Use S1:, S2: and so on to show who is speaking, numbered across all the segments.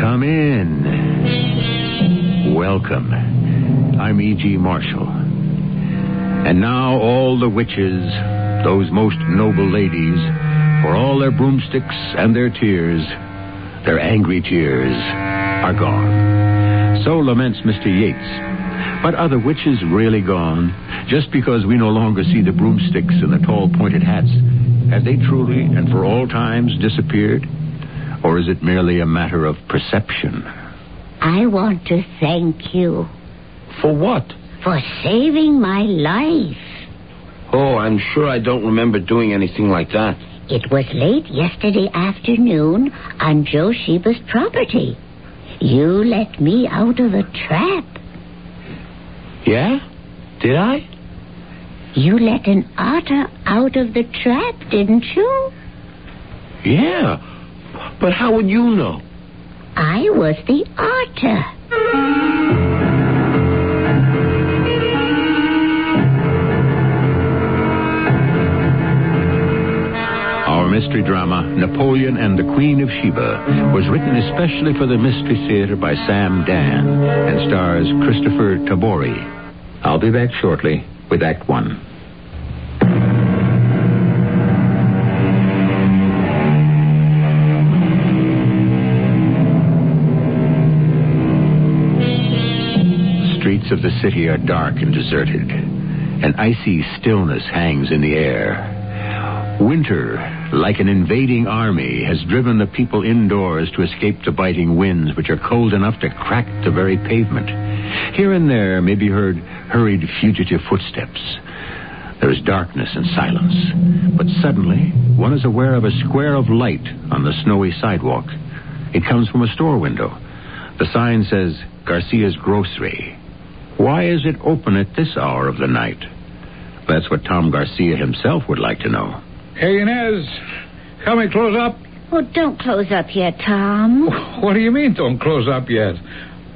S1: Come in. Welcome. I'm E.G. Marshall. And now all the witches, those most noble ladies, for all their broomsticks and their tears, their angry tears, are gone. So laments Mr. Yates. But are the witches really gone? Just because we no longer see the broomsticks and the tall pointed hats, have they truly and for all times disappeared? Or is it merely a matter of perception?
S2: I want to thank you
S3: For what?
S2: for saving my life.
S3: Oh, I'm sure I don't remember doing anything like that.
S2: It was late yesterday afternoon on Joe Sheba's property. You let me out of a trap.
S3: Yeah? Did I?
S2: You let an otter out of the trap, didn't you?
S3: Yeah. But how would you know?
S2: I was the otter.
S1: Our mystery drama, Napoleon and the Queen of Sheba, was written especially for the Mystery Theater by Sam Dan and stars Christopher Tabori. I'll be back shortly with Act One. Streets of the city are dark and deserted. An icy stillness hangs in the air. Winter, like an invading army, has driven the people indoors to escape the biting winds, which are cold enough to crack the very pavement. Here and there may be heard hurried fugitive footsteps. There is darkness and silence, but suddenly one is aware of a square of light on the snowy sidewalk. It comes from a store window. The sign says Garcia's Grocery. Why is it open at this hour of the night? That's what Tom Garcia himself would like to know.
S4: Hey, Inez, come and close up.
S2: Oh, don't close up yet, Tom.
S4: What do you mean, don't close up yet?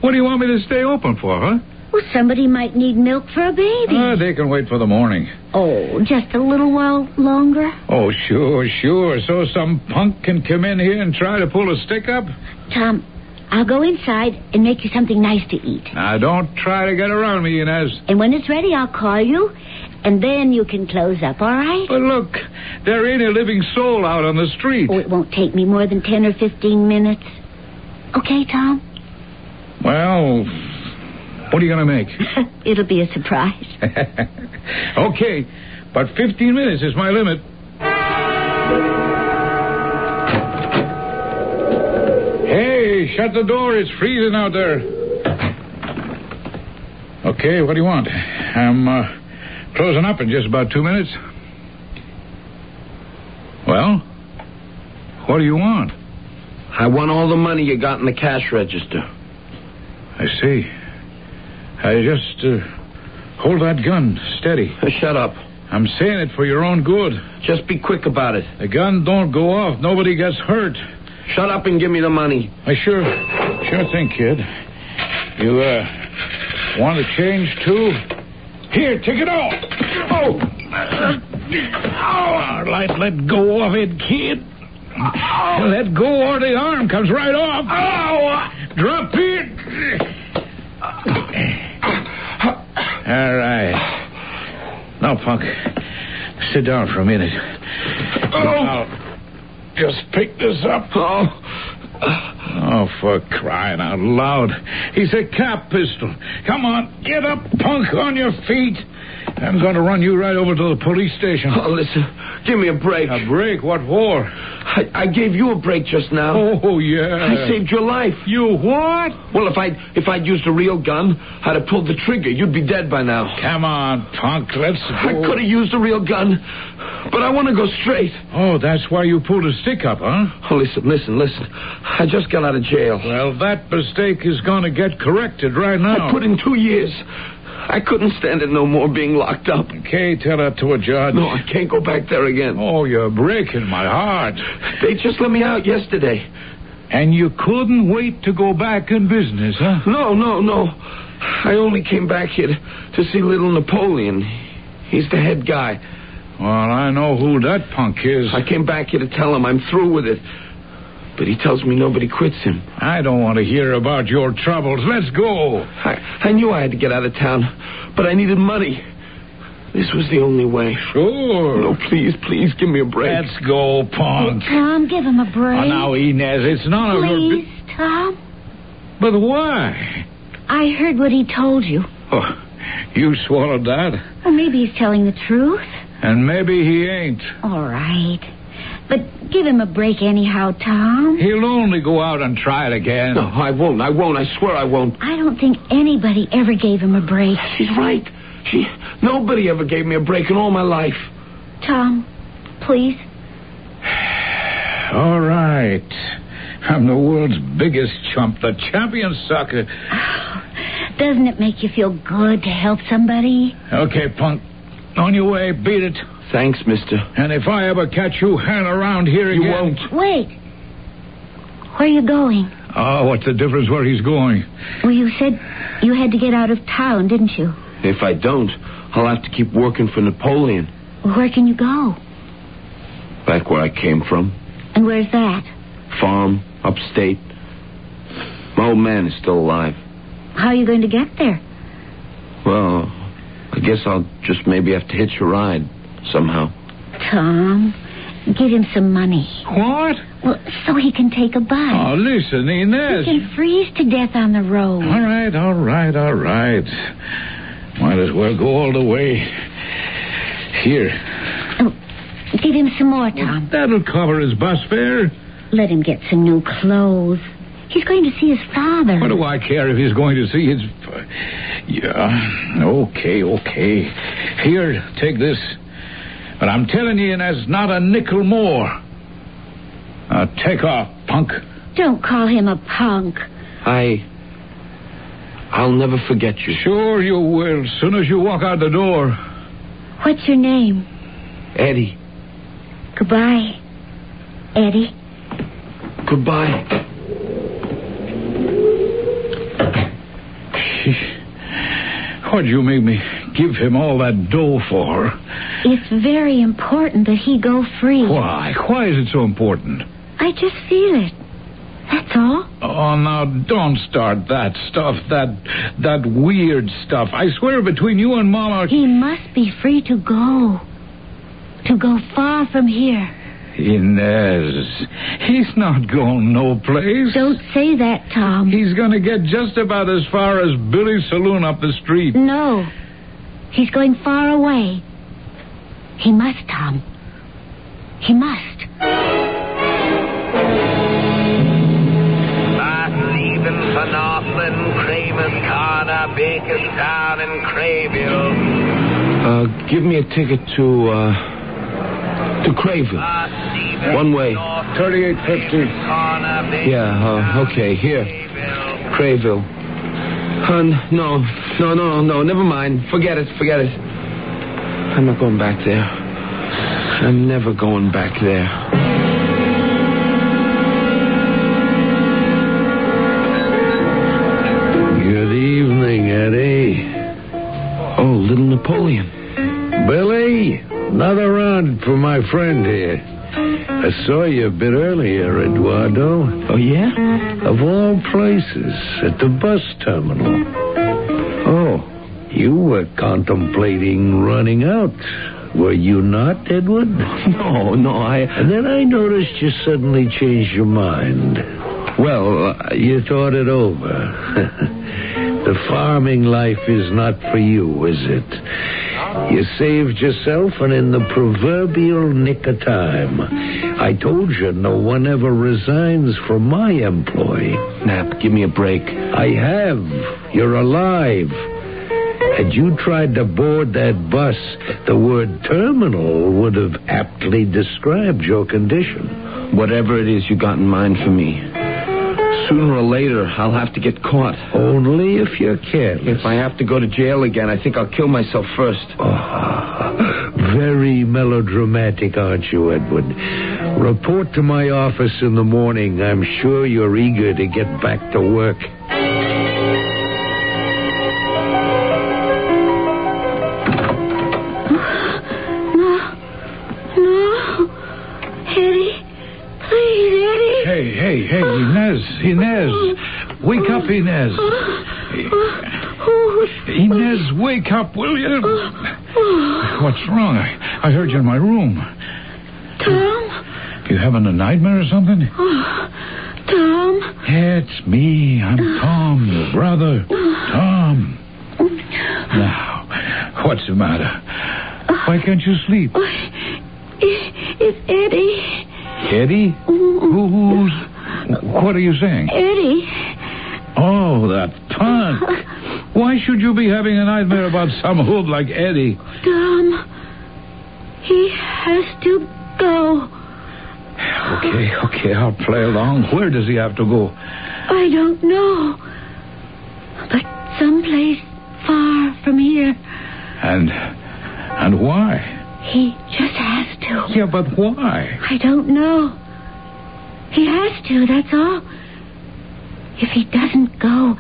S4: What do you want me to stay open for, huh?
S2: Well, somebody might need milk for a baby.
S4: Ah, they can wait for the morning.
S2: oh, just a little while longer.
S4: Oh, sure, sure. So some punk can come in here and try to pull a stick up?
S2: Tom, I'll go inside and make you something nice to eat.
S4: Now, don't try to get around me, Inez.
S2: And when it's ready, I'll call you, and then you can close up, all right?
S4: But look, there ain't a living soul out on the street.
S2: Oh, it won't take me more than 10 or 15 minutes. Okay, Tom?
S4: Well, what are you going to make?
S2: It'll be a surprise.
S4: okay, but 15 minutes is my limit. Hey, shut the door. It's freezing out there. Okay, what do you want? I'm uh, closing up in just about two minutes. Well, what do you want?
S3: I want all the money you got in the cash register.
S4: I see. I just uh, hold that gun steady.
S3: Shut up.
S4: I'm saying it for your own good.
S3: Just be quick about it.
S4: The gun don't go off. Nobody gets hurt.
S3: Shut up and give me the money.
S4: I sure, sure thing, kid. You, uh, want to change too? Here, take it off. Oh, oh, let, let go of it, kid. Let go, or the arm comes right off. Oh, drop it. All right. Now, punk, sit down for a minute. Oh, just pick this up. Oh. Oh, for crying out loud. He's a cap pistol. Come on, get up, punk, on your feet. I'm going to run you right over to the police station.
S1: Oh, listen, give me a break.
S4: A break? What for?
S1: I, I gave you a break just now.
S4: Oh, yeah.
S1: I saved your life.
S4: You what?
S1: Well, if I'd if I'd used a real gun, I'd have pulled the trigger. You'd be dead by now.
S4: Come on, punk. Let's
S1: I
S4: go.
S1: could have used a real gun, but I want to go straight.
S4: Oh, that's why you pulled a stick up, huh?
S1: Oh, listen, listen, listen. I just got out of jail.
S4: Well, that mistake is going to get corrected right now.
S1: I put in two years. I couldn't stand it no more being locked up.
S4: Okay, tell that to a judge.
S1: No, I can't go back there again.
S4: Oh, you're breaking my heart.
S1: They just let me out yesterday.
S4: And you couldn't wait to go back in business, huh?
S1: No, no, no. I only came back here to, to see little Napoleon. He's the head guy.
S4: Well, I know who that punk is.
S1: I came back here to tell him I'm through with it. But he tells me nobody quits him.
S4: I don't want to hear about your troubles. Let's go.
S1: I, I knew I had to get out of town, but I needed money. This was the only way.
S4: Sure.
S1: No, please, please give me a break.
S4: Let's go, punk.
S2: Tom, give him a break.
S4: Oh, now, Inez, it's none of your
S2: Please,
S4: bu-
S2: Tom.
S4: But why?
S2: I heard what he told you.
S4: Oh, you swallowed that,
S2: Or maybe he's telling the truth.
S4: and maybe he ain't.
S2: All right. But give him a break anyhow, Tom.
S4: He'll only go out and try it again.
S1: No, I won't. I won't. I swear I won't.
S2: I don't think anybody ever gave him a break.
S1: She's right. She. Nobody ever gave me a break in all my life.
S2: Tom, please.
S4: All right. I'm the world's biggest chump, the champion sucker.
S2: Doesn't it make you feel good to help somebody?
S4: Okay, punk. On your way, beat it.
S1: Thanks, mister.
S4: And if I ever catch you hanging around here
S1: You
S4: again.
S1: won't.
S2: Wait. Where are you going?
S4: Oh, what's the difference where he's going?
S2: Well, you said you had to get out of town, didn't you?
S1: If I don't, I'll have to keep working for Napoleon.
S2: Where can you go?
S1: Back where I came from.
S2: And where's that?
S1: Farm, upstate. My old man is still alive.
S2: How are you going to get there?
S1: Well, I guess I'll just maybe have to hitch a ride somehow.
S2: Tom, give him some money.
S4: What?
S2: Well, so he can take a bus.
S4: Oh, listen,
S2: he
S4: Inez.
S2: can freeze to death on the road.
S4: All right, all right, all right. Might as well go all the way. Here.
S2: Oh, give him some more, Tom.
S4: That'll cover his bus fare.
S2: Let him get some new clothes. He's going to see his father.
S4: What do I care if he's going to see his. Yeah. Okay, okay. Here, take this. But I'm telling you, Inez, not a nickel more. Now, take off, punk.
S2: Don't call him a punk.
S1: I. I'll never forget you.
S4: Sure you will, soon as you walk out the door.
S2: What's your name?
S1: Eddie,
S2: Goodbye, Eddie.
S1: goodbye.
S4: What'd you make me give him all that dough for?
S2: It's very important that he go free.
S4: Why? Why is it so important?
S2: I just feel it. That's all.
S4: Oh, now don't start that stuff, that that weird stuff. I swear between you and Mama.
S2: He must be free to go. To go far from here.
S4: Inez, he's not going no place.
S2: Don't say that, Tom.
S4: He's going to get just about as far as Billy's saloon up the street.
S2: No. He's going far away. He must, Tom. He must.
S5: Martin, even for Northland, Kramer's Corner, Bakerstown, and Crayville.
S1: Uh, give me a ticket to, uh, to Craven.
S5: Martin, even
S1: One way.
S5: Northland,
S4: 3850.
S5: Corner, Bakerstown,
S1: Yeah, uh, okay, here.
S5: Crayville.
S1: Crayville. Hun, no, no, no, no, never mind. Forget it, forget it. I'm not going back there. I'm never going back there.
S6: Good evening, Eddie.
S1: Oh, little Napoleon.
S6: Billy, another round for my friend here. I saw you a bit earlier, Eduardo.
S1: Oh, yeah?
S6: Of all places, at the bus terminal. Oh, you were contemplating running out, were you not, Edward?
S1: No, no, I.
S6: And then I noticed you suddenly changed your mind.
S1: Well, uh,
S6: You thought it over. the farming life is not for you, is it?
S1: You saved yourself and in the proverbial nick of time. I told you no one ever resigns from my employ.
S7: Nap, give me a break.
S1: I have. You're alive. Had you tried to board that bus, the word terminal would have aptly described your condition.
S7: Whatever it is you got in mind for me, sooner or later I'll have to get caught.
S1: Only if you're careless.
S7: If I have to go to jail again, I think I'll kill myself first.
S1: Very melodramatic, aren't you, Edward? Report to my office in the morning. I'm sure you're eager to get back to work.
S2: No. Eddie. Please, Eddie.
S4: Hey, hey, hey, Inez, Inez. Wake up, Inez.
S2: Oh,
S4: Inez, wake up, will you?
S2: oh,
S4: What's wrong? I, I heard you in my room.
S2: Tom.
S4: You having a nightmare or something?
S2: Tom.
S4: It's me. I'm Tom, your brother. Tom. Now, what's the matter? Why can't you sleep?
S2: It, it's Eddie. mm,
S4: Eddie? Who, who's. What are you saying?
S2: Eddie.
S4: Oh, that punk. Why should you be having a nightmare about some hood like Eddie?
S2: Tom. He has to go.
S4: Okay, okay, I'll play along. Where does he have to go?
S2: I don't know. But someplace far from here,
S4: And. and why?
S2: he just has to.
S4: Yeah, but why?
S2: I don't know. He has to, that's all. If he doesn't go,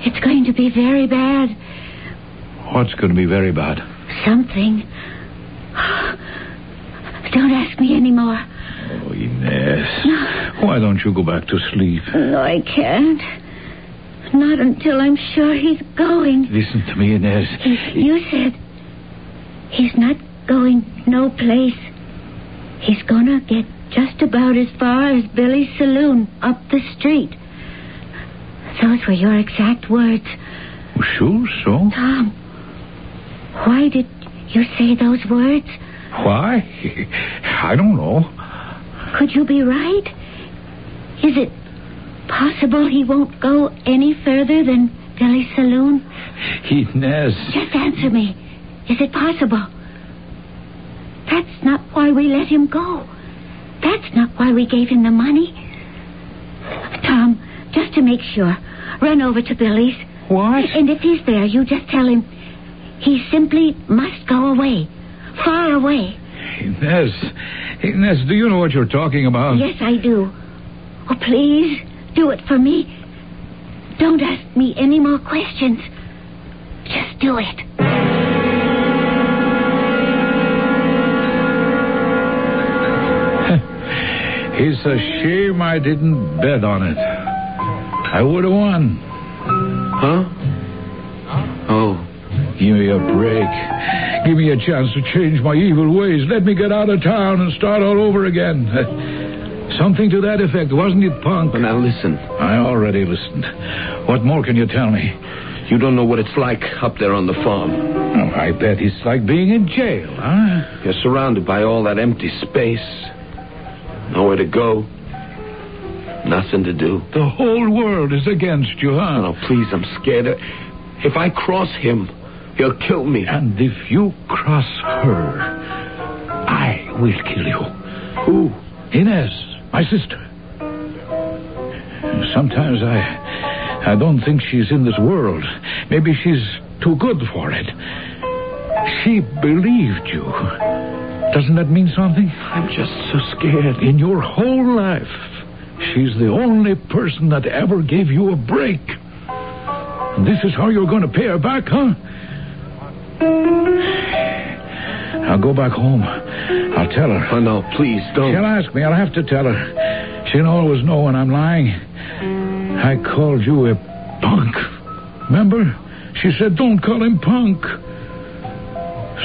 S2: it's going to be very bad.
S4: What's going to be very bad?
S2: Something. Don't ask me anymore.
S4: Oh, Inez. Why don't you go back to sleep?
S2: No, I can't. Not until I'm sure he's going.
S4: Listen to me, Inez.
S2: You said he's not going no place. He's gonna get just about as far as Billy's saloon up the street. Those were your exact words.
S4: Sure, so?
S2: Tom, why did you say those words?
S4: Why? I don't know.
S2: Could you be right? Is it possible he won't go any further than Billy's saloon?
S4: Inez.
S2: Just answer me. Is it possible? That's not why we let him go. That's not why we gave him the money. Tom, just to make sure, run over to Billy's.
S4: What?
S2: And if he's there, you just tell him he simply must go away. Far away.
S4: Inez. Inez, do you know what you're talking about?
S2: Yes, I do. Oh, please, do it for me. Don't ask me any more questions. Just do it.
S4: It's a shame I didn't bet on it. I would have won.
S7: Huh? Oh.
S4: Give me a break. Give me a chance to change my evil ways. Let me get out of town and start all over again. Something to that effect, wasn't it, punk?
S7: Now listen,
S4: I already listened. What more can you tell me?
S7: you don't know what it's like up there on the farm.
S4: Oh, I bet it's like being in jail, huh?
S7: You're surrounded by all that empty space. Nowhere to go. Nothing to do.
S4: The whole world is against you, huh?
S7: No, no, please, I'm scared. If I cross him, he'll kill me.
S4: And if you cross her, I will kill you.
S7: Who?
S4: Inez, my sister. Sometimes I I don't think she's in this world. Maybe she's too good for it. She believed you. Doesn't that mean something?
S7: I'm just so scared.
S4: In your whole life, she's the only person that ever gave you a break. And this is how you're going to pay her back, huh? I'll go back home. I'll tell her.
S7: Oh, no, please,
S1: Hmm.
S7: don't.
S4: She'll ask me. I'll have to tell her. She'll always know when I'm lying. I called you a punk. Remember? She said, don't call him punk.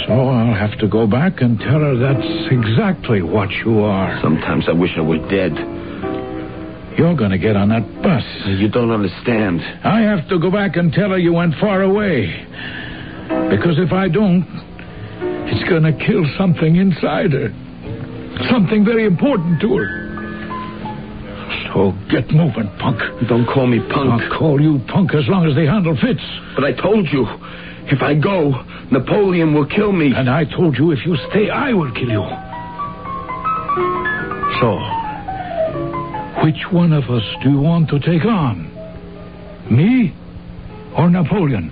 S4: So I'll have to go back and tell her that's exactly what you are.
S7: Sometimes I wish I were dead.
S4: You're going to get on that bus.
S7: You don't understand.
S4: I have to go back and tell her you went far away. Because if I don't, It's going to kill something inside her. Something very important to her. So get moving, punk.
S8: Don't call me punk.
S4: I'll call you punk as long as the handle fits.
S8: But I told you, if I go, Napoleon will kill me.
S4: And uh, I told you if you stay, I will kill you. So, which one of us do you want to take on? Me or Napoleon?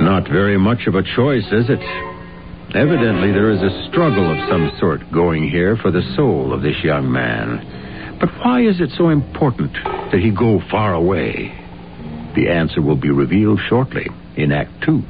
S1: Not very much of a choice, is it? Evidently, there is a struggle of some sort going here for the soul of this young man. But why is it so important that he go far away? The answer will be revealed shortly in Act Two.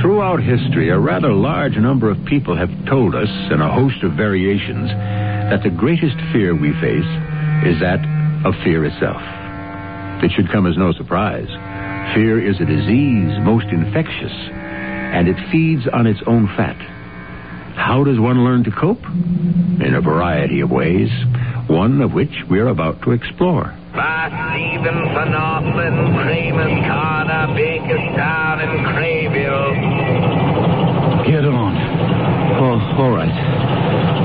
S1: Throughout history, a rather large number of people have told us, in a host of variations, that the greatest fear we face is that of fear itself. It should come as no surprise. Fear is a disease most infectious, and it feeds on its own fat. How does one learn to cope? In a variety of ways, one of which we're about to explore.
S5: By Stephen Van Northland, Kramer's Corner, Bakerstown, and Crayville.
S4: Get on.
S8: Oh, all right.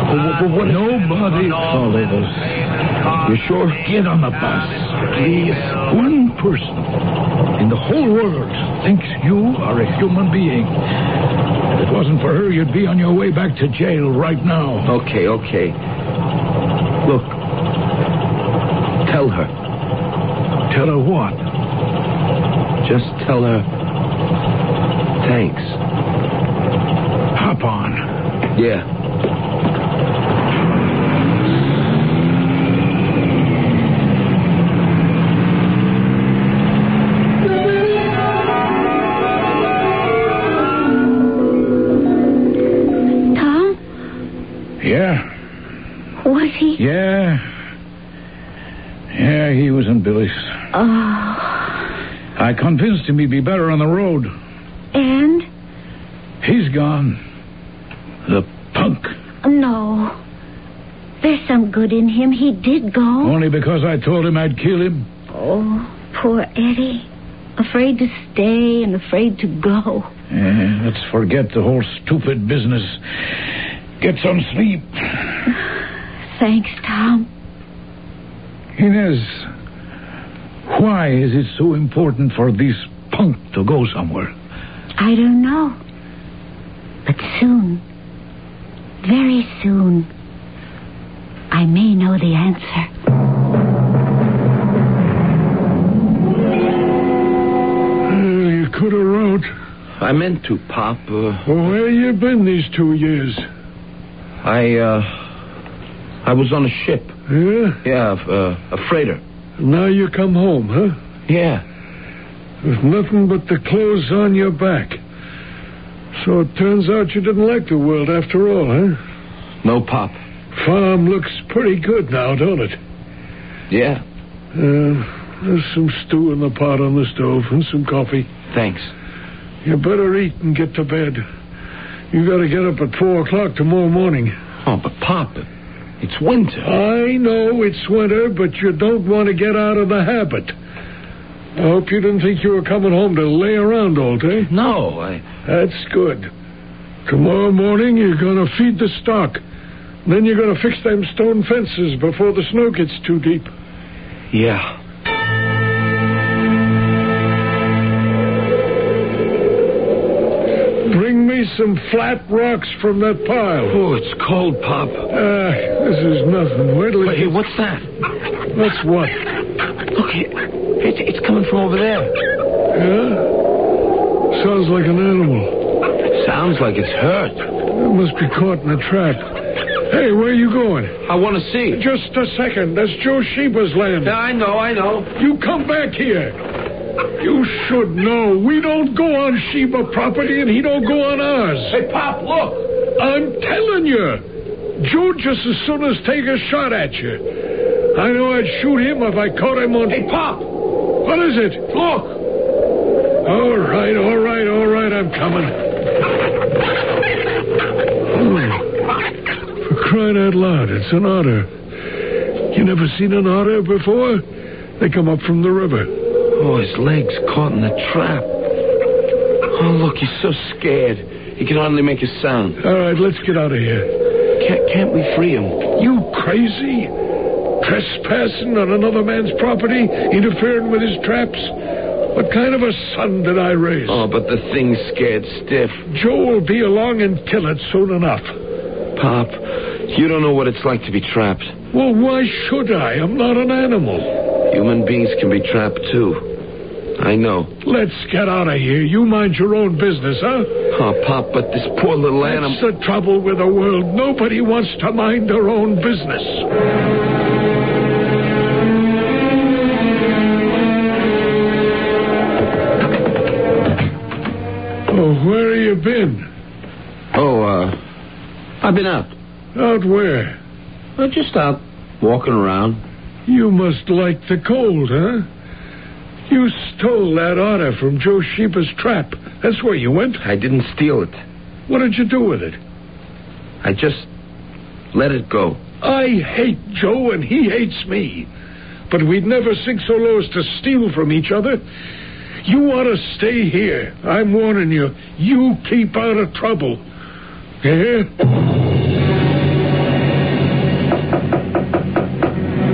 S8: Well, what, what,
S4: Nobody follow us. You sure? Get on the bus. Please. One person in the whole world thinks you are a human being. If it wasn't for her, you'd be on your way back to jail right now.
S8: Okay, okay. Look. Tell her.
S4: Tell her what?
S8: Just tell her. Thanks.
S4: Hop on.
S8: Yeah.
S2: Tom,
S4: Yeah.
S2: was he?
S4: Yeah. Yeah, he was in Billy's. I convinced him he'd be better on the road.
S2: And?
S4: He's gone. The punk.
S2: No. There's some good in him. He did go.
S4: Only because I told him I'd kill him.
S2: Oh, poor Eddie. Afraid to stay and afraid to go.
S4: Eh, let's forget the whole stupid business. Get some sleep.
S2: Thanks, Tom.
S4: Inez, why is it so important for this punk to go somewhere?
S2: I don't know. But soon, very soon, I may know the answer.
S4: Eh, you could have wrote.
S8: I meant to, Pop. Uh,
S4: Where you been these two years?
S8: I, uh. I was on a ship.
S4: Yeah?
S8: Yeah, uh, a freighter.
S4: Eh, Now you come home, huh?
S8: Yeah.
S4: With nothing but the clothes on your back. So it turns out you didn't like the world after all, huh?
S8: No, Pop.
S4: Farm looks pretty good now, don't it?
S8: Yeah.
S4: Uh, there's some stew in the pot on the stove and some coffee.
S8: Thanks.
S4: You better eat and get to bed. You gotta get up at four o'clock tomorrow morning.
S8: Oh, but Pop, it's winter.
S4: I know it's winter, but you don't want to get out of the habit. I hope you didn't think you were coming home to lay around all day.
S8: No, I.
S4: That's good. Tomorrow morning you're going to feed the stock. Then you're going to fix them stone fences before the snow gets too deep.
S8: Yeah.
S4: Bring me some flat rocks from that pile.
S8: Oh, it's cold, Pop.
S4: Ah, this is nothing. Wait till
S8: Hey,
S4: you...
S8: what's that?
S4: That's what?
S8: Look, it, it's, it's coming from over there.
S4: Yeah? Sounds like an animal.
S8: Sounds like it's hurt.
S4: It must be caught in a trap. Hey, where are you going?
S8: I want to see.
S4: Just a second. That's Joe Sheba's land.
S8: Yeah, I know, I know.
S4: You come back here. You should know. We don't go on Sheba property and he don't go on ours.
S8: Hey, Pop, look.
S4: I'm telling you. Joe just as soon as take a shot at you. I know I'd shoot him if I caught him on.
S8: Hey, Pop,
S4: What is it?
S8: look.
S4: All right, all right, all right, I'm coming. Hmm. It's an otter. You never seen an otter before? They come up from the river.
S1: Oh, his leg's caught in the trap. Oh, look, he's so scared. He can hardly make a sound.
S4: All right, let's get out of here.
S1: Can't, can't we free him?
S4: You crazy? Trespassing on another man's property? Interfering with his traps? What kind of a son did I raise?
S1: Oh, but the thing's scared stiff.
S4: Joe will be along and kill it soon enough.
S1: Pop, you don't know what it's like to be trapped.
S4: Well, why should I? I'm not an animal.
S1: Human beings can be trapped, too. I know.
S4: Let's get out of here. You mind your own business, huh?
S1: Oh, Pop, but this poor little animal.
S4: That's the trouble with the world. Nobody wants to mind their own business. Oh, where have you been?
S1: Oh, uh, I've been out.
S4: Out where?
S1: Uh, just out walking around.
S4: You must like the cold, huh? You stole that otter from Joe Sheba's trap. That's where you went.
S1: I didn't steal it.
S4: What did you do with it?
S1: I just let it go.
S4: I hate Joe and he hates me. But we'd never sink so low as to steal from each other. You want to stay here. I'm warning you. You keep out of trouble. Eh? Yeah?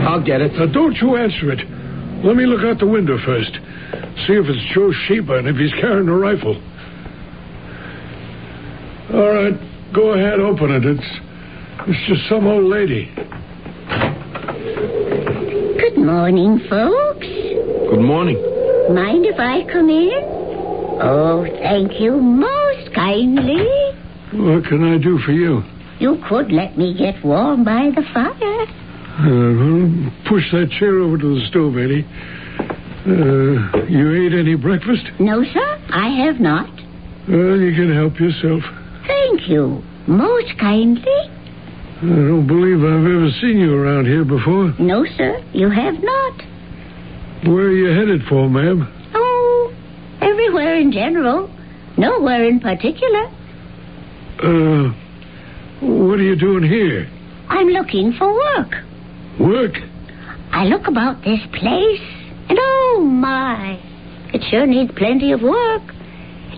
S1: I'll get it.
S4: Now, don't you answer it. Let me look out the window first. See if it's Joe Sheba and if he's carrying a rifle. All right, go ahead, open it. It's, it's just some old lady.
S2: Good morning, folks.
S1: Good morning.
S2: Mind if I come in? Oh, thank you most kindly.
S4: What can I do for you?
S2: You could let me get warm by the fire.
S4: Uh, well, push that chair over to the stove, Eddie. Uh, you ate any breakfast?
S2: No, sir, I have not.
S4: Well, you can help yourself.
S2: Thank you most kindly.
S4: I don't believe I've ever seen you around here before.
S2: No, sir, you have not.
S4: Where are you headed for, ma'am?
S2: Oh, everywhere in general, nowhere in particular.
S4: Uh, what are you doing here?
S2: I'm looking for work.
S4: Work?
S2: I look about this place, and oh my, it sure needs plenty of work.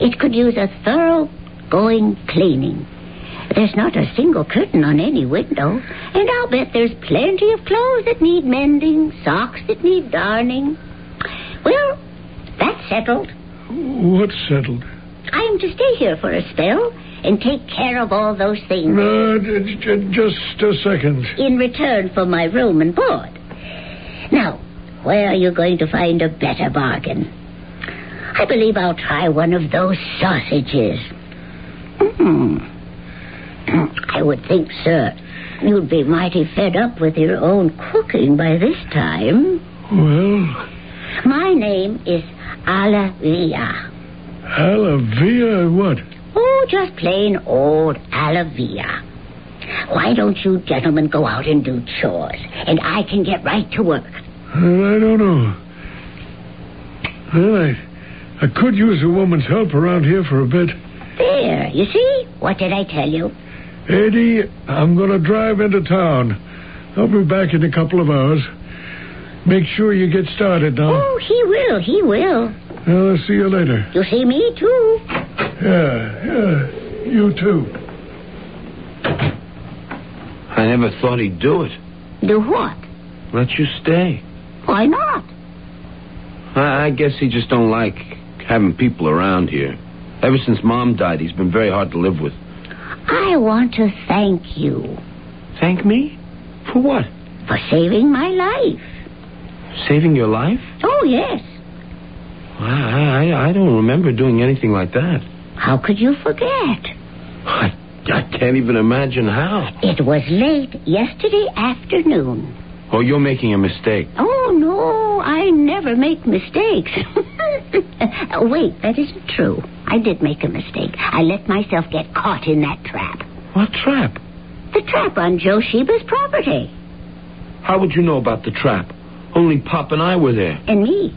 S2: It could use a thorough going cleaning. There's not a single curtain on any window, and I'll bet there's plenty of clothes that need mending, socks that need darning. Well, that's settled.
S4: What's settled?
S2: I'm to stay here for a spell and take care of all those things.
S4: No, j- j- just a second.
S2: in return for my room and board. Now, where are you going to find a better bargain? I believe I'll try one of those sausages. Mm. I would think, sir, you'd be mighty fed up with your own cooking by this time.
S4: Well,
S2: My name is Alavia.
S4: Alavia, what?
S2: Oh, just plain old Alavia. Why don't you gentlemen go out and do chores, and I can get right to work?
S4: Uh, I don't know. Well, I, I could use a woman's help around here for a bit.
S2: There, you see? What did I tell you?
S4: Eddie, I'm going to drive into town. I'll be back in a couple of hours. Make sure you get started now.
S2: Oh, he will, he will.
S4: Well, I'll see you later.
S2: You see me too.
S4: Yeah, yeah. You too.
S1: I never thought he'd do it.
S2: Do what?
S1: Let you stay.
S2: Why not?
S1: I, I guess he just don't like having people around here. Ever since Mom died, he's been very hard to live with.
S2: I want to thank you
S1: Thank me? For what?
S2: for saving my life.
S1: Saving your life?
S2: Oh, yes.
S1: I, I, I don't remember doing anything like that.
S2: How could you forget?
S1: I, I can't even imagine how.
S2: It was late yesterday afternoon.
S1: Oh, you're making a mistake.
S2: Oh, no, I never make mistakes. Uh, Wait, that isn't true. I did make a mistake. I let myself get caught in that trap.
S1: What trap?
S2: The trap on Joe Sheba's property.
S1: How would you know about the trap? Only Pop and I were there.
S2: And me.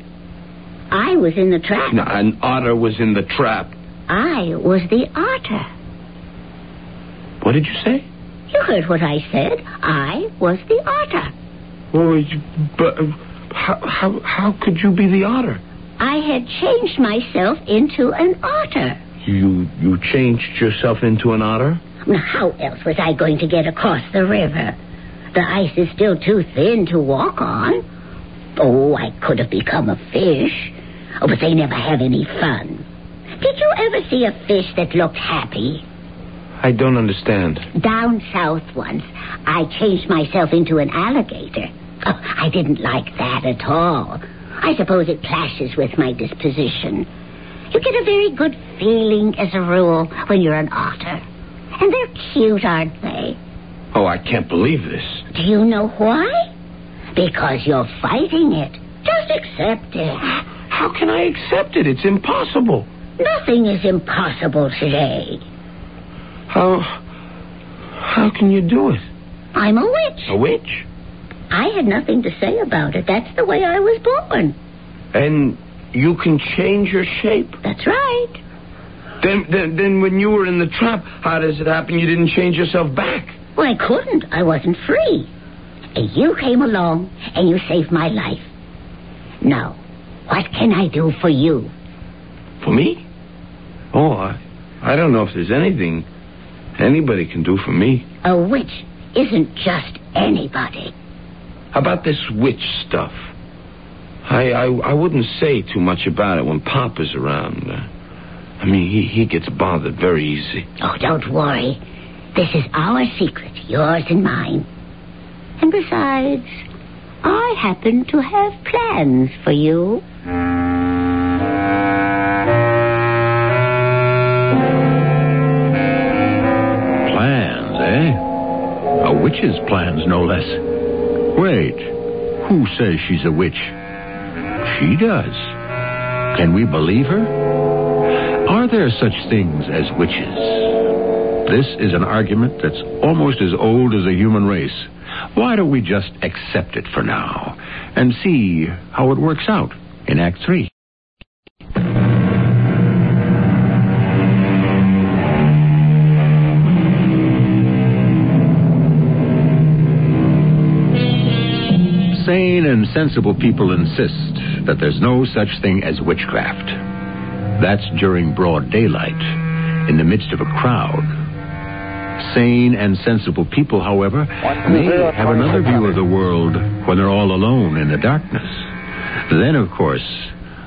S2: I was in the trap.
S1: No, an otter was in the trap.
S2: I was the otter.
S1: What did you say?
S2: You heard what I said. I was the otter.
S1: Well, you- but uh, how, how, how could you be the otter?
S2: I had changed myself into an otter.
S1: You you changed yourself into an otter?
S2: Now, how else was I going to get across the river? The ice is still too thin to walk on. Oh, I could have become a fish. Oh, but they never have any fun. Did you ever see a fish that looked happy?
S1: I don't understand.
S2: Down south once, I changed myself into an alligator. Oh, I didn't like that at all. I suppose it clashes with my disposition. You get a very good feeling, as a rule, when you're an otter. And they're cute, aren't they?
S1: Oh, I can't believe this.
S2: Do you know why? Because you're fighting it. Just accept it.
S1: How can I accept it? It's impossible.
S2: Nothing is impossible today.
S1: How how can you do it?
S2: I'm a witch.
S1: A witch?
S2: I had nothing to say about it. That's the way I was born.
S1: And you can change your shape?
S2: That's right.
S1: Then, then, then when you were in the trap, how does it happen you didn't change yourself back?
S2: Well, I couldn't. I wasn't free. And you came along and you saved my life. Now, what can I do for you?
S1: For me? Oh, I, I don't know if there's anything anybody can do for me.
S2: A witch isn't just anybody.
S1: About this witch stuff. I, I, I wouldn't say too much about it when Pop is around. Uh, I mean, he, he gets bothered very easy.
S2: Oh, don't worry. This is our secret, yours and mine. And besides, I happen to have plans for you.
S9: Plans, eh? A witch's plans, no less. Wait, who says she's a witch? She does. Can we believe her? Are there such things as witches? This is an argument that's almost as old as the human race. Why don't we just accept it for now and see how it works out in Act 3? Sane and sensible people insist that there's no such thing as witchcraft. That's during broad daylight, in the midst of a crowd. Sane and sensible people, however, may have another view of the world when they're all alone in the darkness. Then, of course,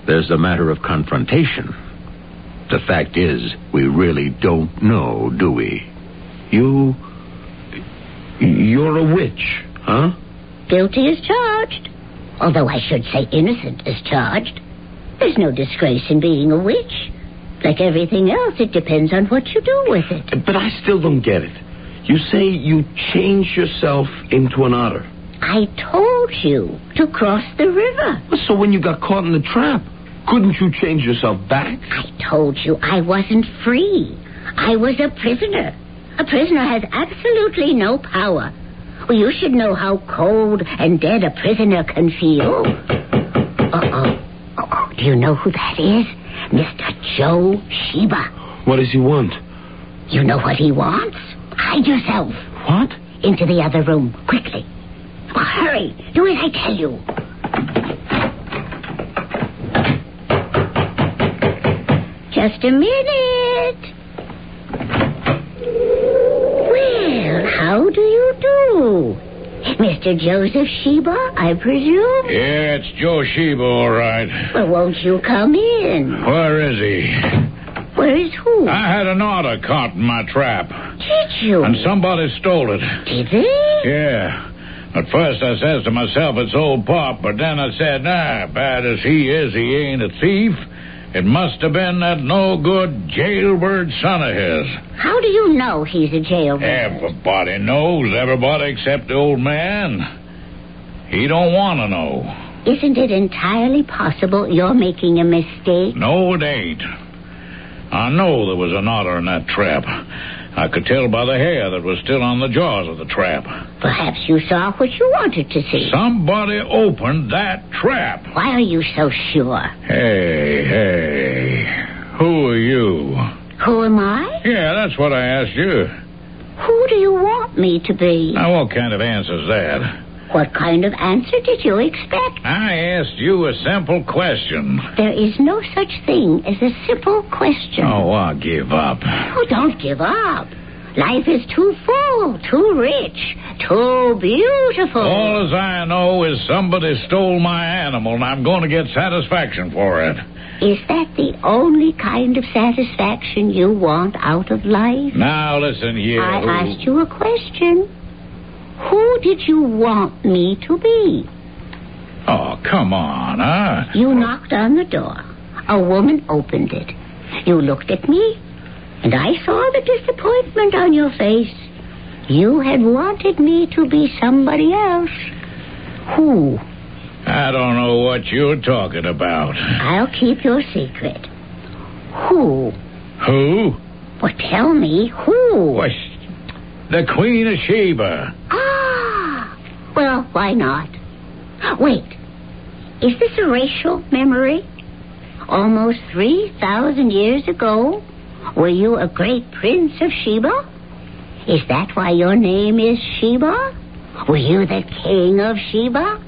S9: there's the matter of confrontation. The fact is, we really don't know, do we?
S1: You. You're a witch, huh?
S2: Guilty is charged. Although I should say innocent is charged. There's no disgrace in being a witch. Like everything else, it depends on what you do with it.
S1: But I still don't get it. You say you change yourself into an otter.
S2: I told you to cross the river.
S1: So when you got caught in the trap, couldn't you change yourself back?
S2: I told you I wasn't free. I was a prisoner. A prisoner has absolutely no power. Well, you should know how cold and dead a prisoner can feel. Uh-oh. Uh-oh. Do you know who that is? Mr. Joe Sheba.
S1: What does he want?
S2: You know what he wants? Hide yourself.
S1: What?
S2: Into the other room, quickly. Well, hurry. Do as I tell you. Just a minute. Well, how do you do? Mr. Joseph Sheba, I presume?
S4: Yeah, it's Joe Sheba, all right.
S2: Well, won't you come in?
S4: Where is he?
S2: Where is who?
S4: I had an otter caught in my trap,
S2: Did you?
S4: and somebody stole it.
S2: Did they?
S4: Yeah. At first I says to myself, it's old Pop, but then I said, nah, bad as he is, he ain't a thief. It must have been that no good jailbird son of his.
S2: How do you know he's a jailbird?
S4: Everybody knows, everybody except the old man. He don't want to know.
S2: Isn't it entirely possible you're making a mistake?
S4: No, it ain't. I know there was an otter in that trap. I could tell by the hair that was still on the jaws of the trap.
S2: Perhaps you saw what you wanted to see.
S4: Somebody opened that trap.
S2: Why are you so sure?
S4: Hey, hey. Who are you?
S2: Who am I?
S4: Yeah, that's what I asked you.
S2: Who Who do you want me to be?
S4: Now, what kind of answer's that?
S2: What kind of answer did you expect?
S4: I asked you a simple question.
S2: There is no such thing as a simple question.
S4: Oh, I give up.
S2: Oh, don't give up. Life is too full, too rich, too
S1: Oh.
S2: beautiful.
S4: All as I know is somebody stole my animal, and I'm going to get satisfaction for it.
S2: Is that the only kind of satisfaction you want out of life?
S4: Now, listen here.
S2: I asked you a question. Who did you want me to be?
S4: Oh, come on, huh?
S2: You knocked on the door. A woman opened it. You looked at me, and I saw the disappointment on your face. You had wanted me to be somebody else. Who?
S4: I don't know what you're talking about.
S2: I'll keep your secret. Who?
S4: Who?
S2: Well, tell me who.
S4: Why, the Queen of Sheba.
S2: Ah, well, why not? Wait, is this a racial memory? Almost 3,000 years ago, were you a great prince of Sheba? Is that why your name is Sheba? Were you the king of Sheba?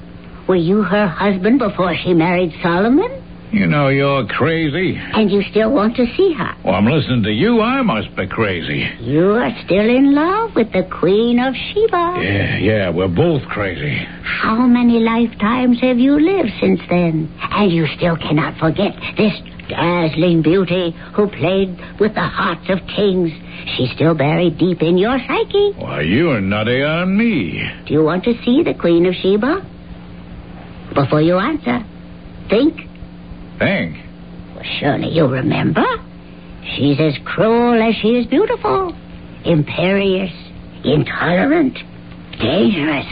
S2: Were you her husband before she married Solomon?
S4: You know you're crazy.
S2: And you still want to see her?
S4: Well, I'm listening to you. I must be crazy.
S2: You are still in love with the Queen of Sheba.
S4: Yeah, yeah, we're both crazy.
S2: How many lifetimes have you lived since then? And you still cannot forget this dazzling beauty who played with the hearts of kings. She's still buried deep in your psyche.
S4: Why, you're nutty on me.
S2: Do you want to see the Queen of Sheba? Before you answer, think.
S4: Think.
S2: Well, surely you remember. She's as cruel as she is beautiful, imperious, intolerant, dangerous.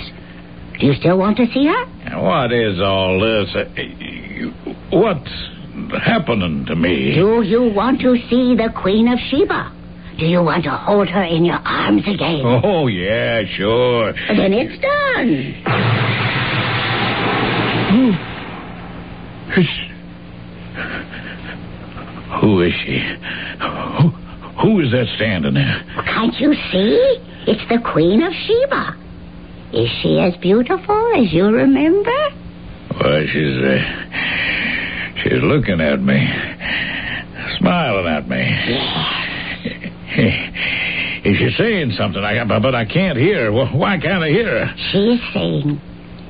S2: Do you still want to see her?
S4: What is all this? Uh, you- What's happening to me?
S2: Do you want to see the Queen of Sheba? Do you want to hold her in your arms again?
S4: Oh, yeah, sure.
S2: Then it's done.
S4: Who is she? Who, who is that standing there?
S2: Can't you see? It's the Queen of Sheba. Is she as beautiful as you remember?
S4: Well, she's uh, she's looking at me, smiling at me. Is she saying something? I but I can't hear. Well, why can't I hear her?
S2: She is saying,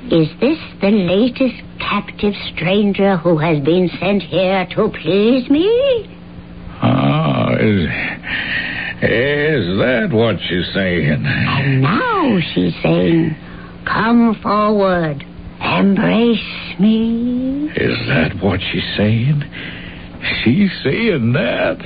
S2: Is this the latest captive stranger who has been sent here to please me?
S4: Oh, is is that what she's saying?
S2: And now she's saying, Come forward, embrace me.
S4: Is that what she's saying? She's saying that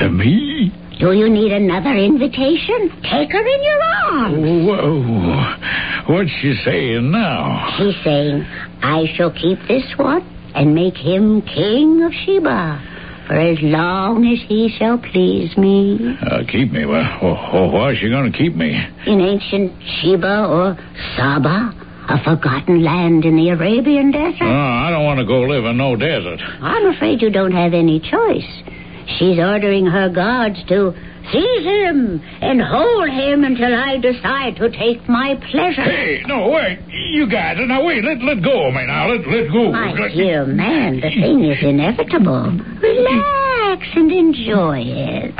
S4: to me?
S2: Do you need another invitation? Take her in your arms.
S4: Whoa! What's she saying now?
S2: She's saying, I shall keep this one and make him king of Sheba for as long as he shall please me.
S4: Uh, keep me? Well, oh, why is she going to keep me?
S2: In ancient Sheba or Saba, a forgotten land in the Arabian
S4: Oh,
S2: desert,
S4: I don't want to go live in no desert.
S2: I'm afraid you don't have any choice. She's ordering her guards to seize him and hold him until I decide to take my pleasure.
S4: Hey, no, wait. You guys, now wait. Let let go of me now. Let let go.
S2: My dear man, the thing is inevitable. Relax and enjoy it.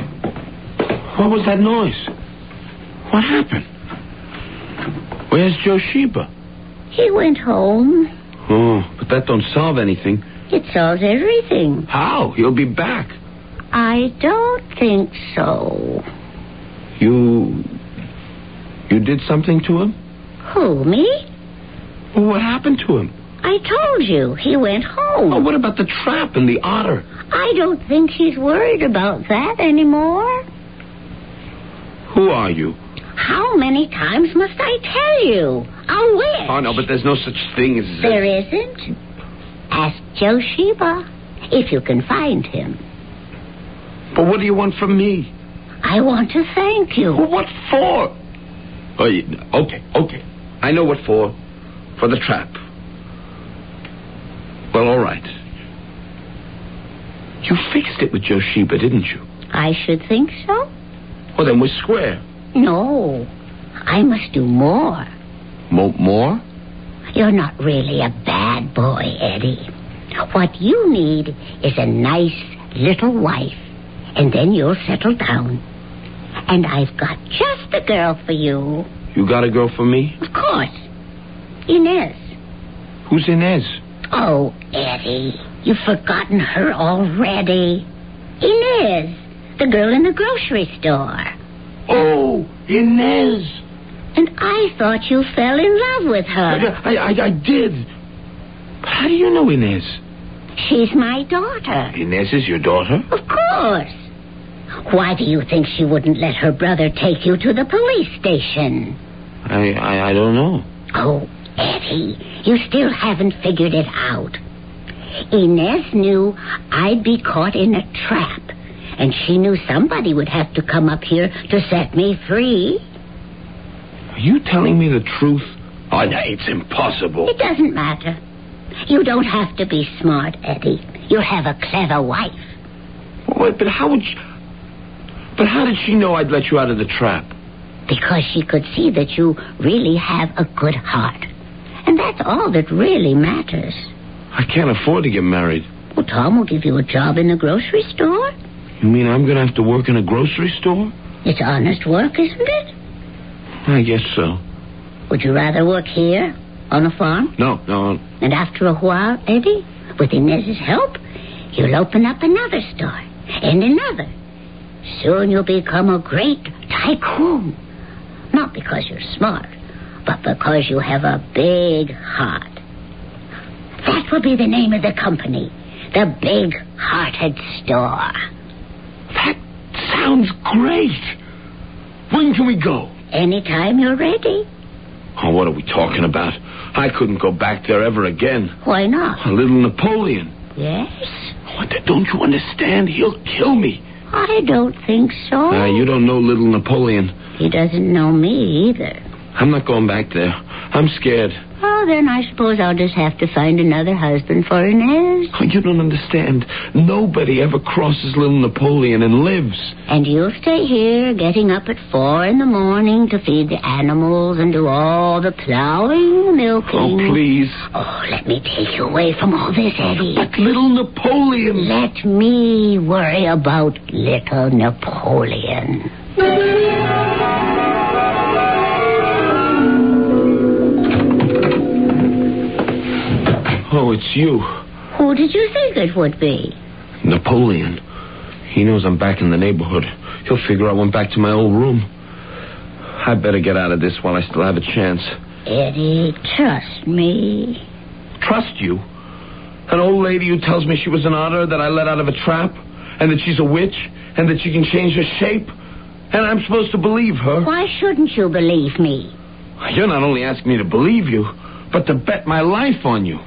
S1: What was that noise? What happened? Where's Josheba?
S2: He went home.
S1: Oh, but that don't solve anything.
S2: It solves everything.
S1: How? He'll be back.
S2: I don't think so.
S1: You. You did something to him?
S2: Who, me?
S1: Well, what happened to him?
S2: I told you, he went home.
S1: Oh, what about the trap and the otter?
S2: I don't think she's worried about that anymore.
S1: Who are you?
S2: How many times must I tell you? I'll wait.
S1: Oh, no, but there's no such thing as.
S2: There isn't. Ask Josheba if you can find him.
S1: But what do you want from me?
S2: I want to thank
S1: Well,
S2: you.
S1: what for? Oh, you- okay, okay. I know what for. For the trap. Well, all right. You fixed it with Yoshiba, didn't you?
S2: I should think so.
S1: Well, then we're square.
S2: No, I must do more.
S1: Mo- more?
S2: You're not really a bad boy, Eddie. What you need is a nice little wife, and then you'll settle down. And I've got just the girl for you.
S1: You got a girl for me?
S2: Of course. Inez.
S1: Who's Inez?
S2: Oh, Eddie, you've forgotten her already. Inez, the girl in the grocery store.
S1: Oh, Inez.
S2: And I thought you fell in love with her.
S1: I, I, I did. But how do you know Inez?
S2: She's my daughter.
S1: Inez is your daughter?
S2: Of course. Why do you think she wouldn't let her brother take you to the police station?
S1: I, I, I don't know.
S2: Oh, Eddie, you still haven't figured it out. Inez knew I'd be caught in a trap, and she knew somebody would have to come up here to set me free.
S1: Are you telling me the truth? Oh, no, it's impossible.
S2: It doesn't matter. You don't have to be smart, Eddie. You have a clever wife.
S1: Wait, but how would you... But how did she know I'd let you out of the trap?
S2: because she could see that you really have a good heart. And that's all that really matters.
S1: I can't afford to get married.
S2: Well, Tom will give you a job in the grocery store.
S1: You mean I'm gonna have to work in a grocery store?
S2: It's honest work, isn't it?
S1: I guess so.
S2: Would you rather work here, on a farm?
S1: No, no.
S2: And after a while, Eddie, with Inez's help, you'll open up another store and another. Soon you'll become a great tycoon. Not because you're smart, but because you have a big heart. That will be the name of the company the Big Hearted Store.
S1: That sounds great. When can we go?
S2: Anytime you're ready.
S1: Oh, what are we talking about? I couldn't go back there ever again.
S2: Why not?
S1: A little Napoleon.
S2: Yes?
S1: What the, don't you understand? He'll kill me.
S2: I don't think so.
S1: Ah, you don't know little Napoleon.
S2: He doesn't know me either.
S1: I'm not going back there. I'm scared.
S2: Oh, then I suppose I'll just have to find another husband for Inez.
S1: Oh, you don't understand. Nobody ever crosses little Napoleon and lives.
S2: And you'll stay here, getting up at four in the morning to feed the animals and do all the plowing, milking.
S1: Oh, please.
S2: Oh, let me take you away from all this, Eddie.
S1: But little Napoleon.
S2: Let me worry about little Napoleon.
S1: Oh, it's you.
S2: Who did you think it would be?
S1: Napoleon. He knows I'm back in the neighborhood. He'll figure I went back to my old room. I better get out of this while I still have a chance.
S2: Eddie, trust me.
S1: Trust you? An old lady who tells me she was an otter that I let out of a trap, and that she's a witch, and that she can change her shape, and I'm supposed to believe her.
S2: Why shouldn't you believe me?
S1: You're not only asking me to believe you, but to bet my life on you.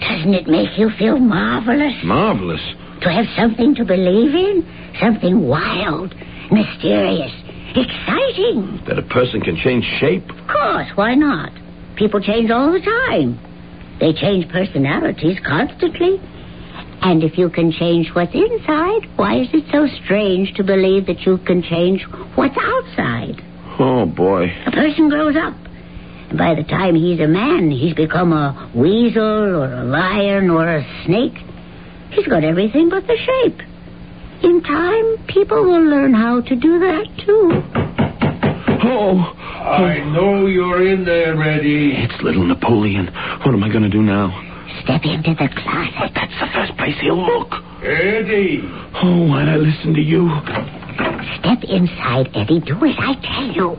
S2: Doesn't it make you feel marvelous?
S1: Marvelous.
S2: To have something to believe in? Something wild, mysterious, exciting.
S1: That a person can change shape?
S2: Of course, why not? People change all the time. They change personalities constantly. And if you can change what's inside, why is it so strange to believe that you can change what's outside?
S1: Oh, boy.
S2: A person grows up. And by the time he's a man, he's become a weasel or a lion or a snake. He's got everything but the shape. In time, people will learn how to do that too.
S1: Oh,
S10: I know you're in there, Eddie.
S1: it's little Napoleon. What am I going to do now?
S2: Step into the closet.
S1: That's the first place he'll look.
S10: Eddie.
S1: Oh, why'd I listen to you?
S2: Step inside, Eddie. Do as I tell you.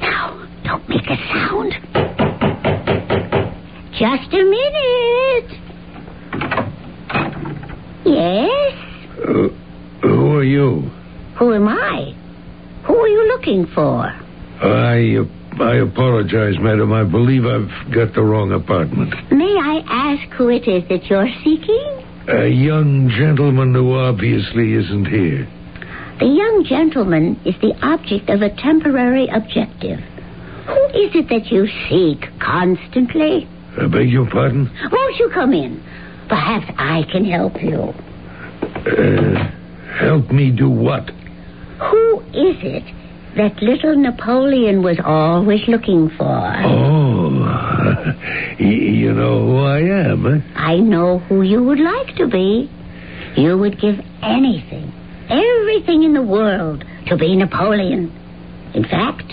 S2: Now, don't make a sound. Just a minute. Yes?
S11: Uh, Who are you?
S2: Who am I? Who are you looking for?
S11: I uh, I apologize, madam. I believe I've got the wrong apartment.
S2: May I ask who it is that you're seeking?
S11: A young gentleman who obviously isn't here.
S2: The young gentleman is the object of a temporary objective. Who is it that you seek constantly?
S11: I beg your pardon?
S2: Won't you come in? Perhaps I can help you.
S11: Uh, help me do what?
S2: Who is it that little Napoleon was always looking for?
S11: Oh, y- you know who I am, eh?
S2: I know who you would like to be. You would give anything, everything in the world to be Napoleon. In fact,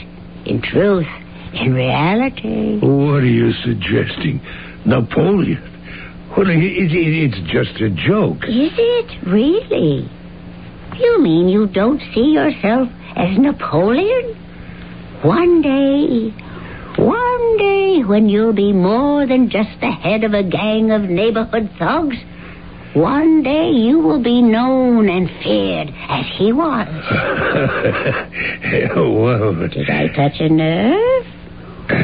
S2: in truth, in reality.
S11: What are you suggesting? Napoleon? Well, it, it, it- it's just a joke.
S2: Is it really? You mean you don't see yourself as Napoleon? One day, one day when you'll be more than just the head of a gang of neighborhood thugs, one day you will be known and feared as he was.
S11: well,
S2: Did I touch a nerve?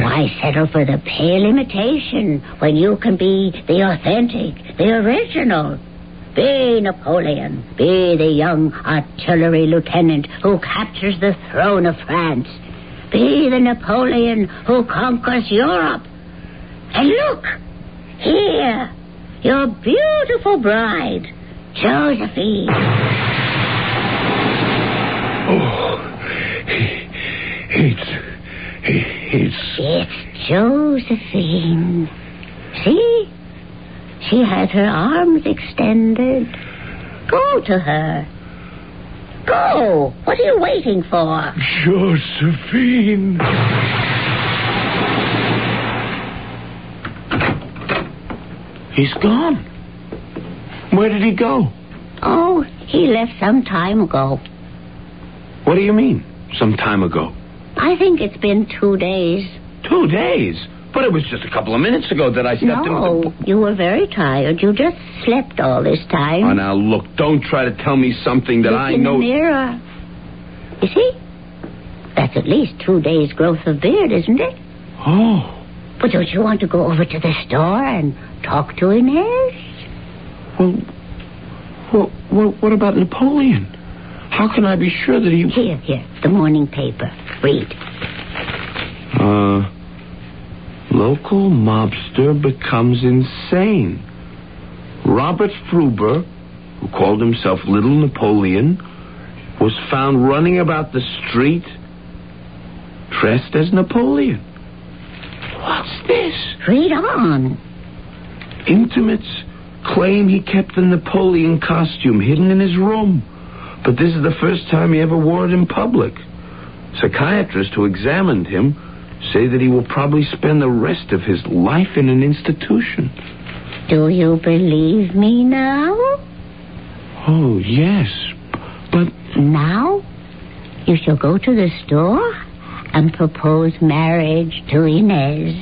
S2: Why settle for the pale imitation when you can be the authentic, the original? Be Napoleon. Be the young artillery lieutenant who captures the throne of France. Be the Napoleon who conquers Europe. And look, here, your beautiful bride, Josephine.
S11: oh, it's it's
S2: It's Josephine. See? She has her arms extended. Go to her. Go! What are you waiting for?
S11: Josephine.
S4: He's gone. Where did he go?
S2: Oh, he left some time ago.
S1: What do you mean? Some time ago.
S2: I think it's been two days.
S1: Two days. But it was just a couple of minutes ago that I stepped in
S2: No,
S1: with
S2: you were very tired. You just slept all this time.
S1: the... Oh, now, look, don't try to tell me something that
S2: Look
S1: I
S2: in
S1: know...
S2: the mirror. You see? That's at least two days' growth of beard, isn't it?
S1: Oh.
S2: But don't you want to go over to the store and talk to eh? Inez?
S1: Well, well, well, what about Napoleon? How can I be sure that he...
S2: Here, here, the morning paper. Read.
S1: Uh, local mobster becomes insane. Robert Fruber, who called himself Little Napoleon, was found running about the street dressed as Napoleon. What's this?
S2: Read on.
S1: Intimates claim he kept the Napoleon costume hidden in his room, but this is the first time he ever wore it in public. Psychiatrists who examined him say that he will probably spend the rest of his life in an institution.
S2: Do you believe me now?
S1: Oh, yes. But
S2: Now? You shall go to the store and propose marriage to Inez.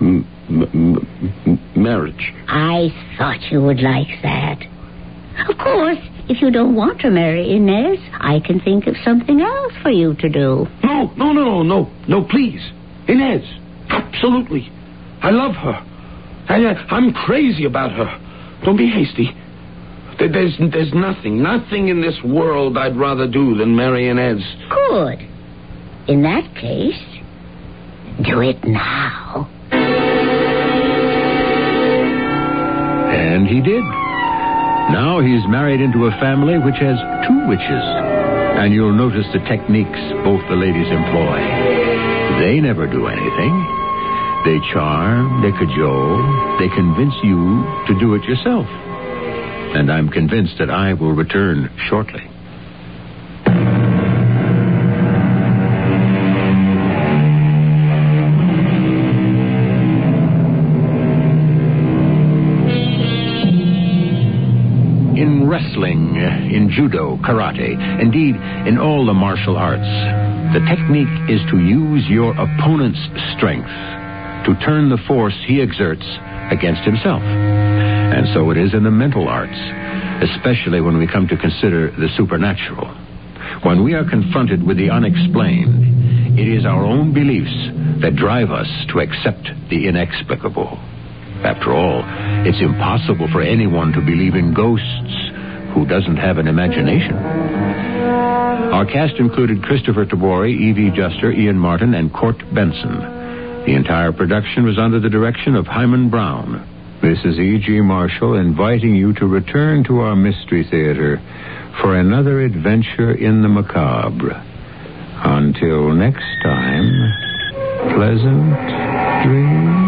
S1: m- m- m- marriage.
S2: I thought you would like that. Of course, if you don't want to marry Inez, I can think of something else for you to do.
S1: No, no, no, no, no, no, please. Inez. Absolutely. I love her. I, I'm crazy about her. Don't be hasty. There- There's, there's nothing, nothing in this world I'd rather do than marry Inez.
S2: Good. In that case, do it now.
S9: And he did. Now he's married into a family which has two witches. And you'll notice the techniques both the ladies employ. They never do anything. They charm, they cajole, they convince you to do it yourself. And I'm convinced that I will return shortly. In wrestling, in judo, karate, indeed, in all the martial arts, the technique is to use your opponent's strength to turn the force he exerts against himself. And so it is in the mental arts, especially when we come to consider the supernatural. When we are confronted with the unexplained, it is our own beliefs that drive us to accept the inexplicable. After all, it's impossible for anyone to believe in ghosts who doesn't have an imagination. Our cast included Christopher Tabori, Evie Juster, Ian Martin, and Court Benson. The entire production was under the direction of Hyman Brown. This E
S1: This is E.G. Marshall inviting you to return to our Mystery Theater for another adventure in the macabre. Until next time, pleasant dreams.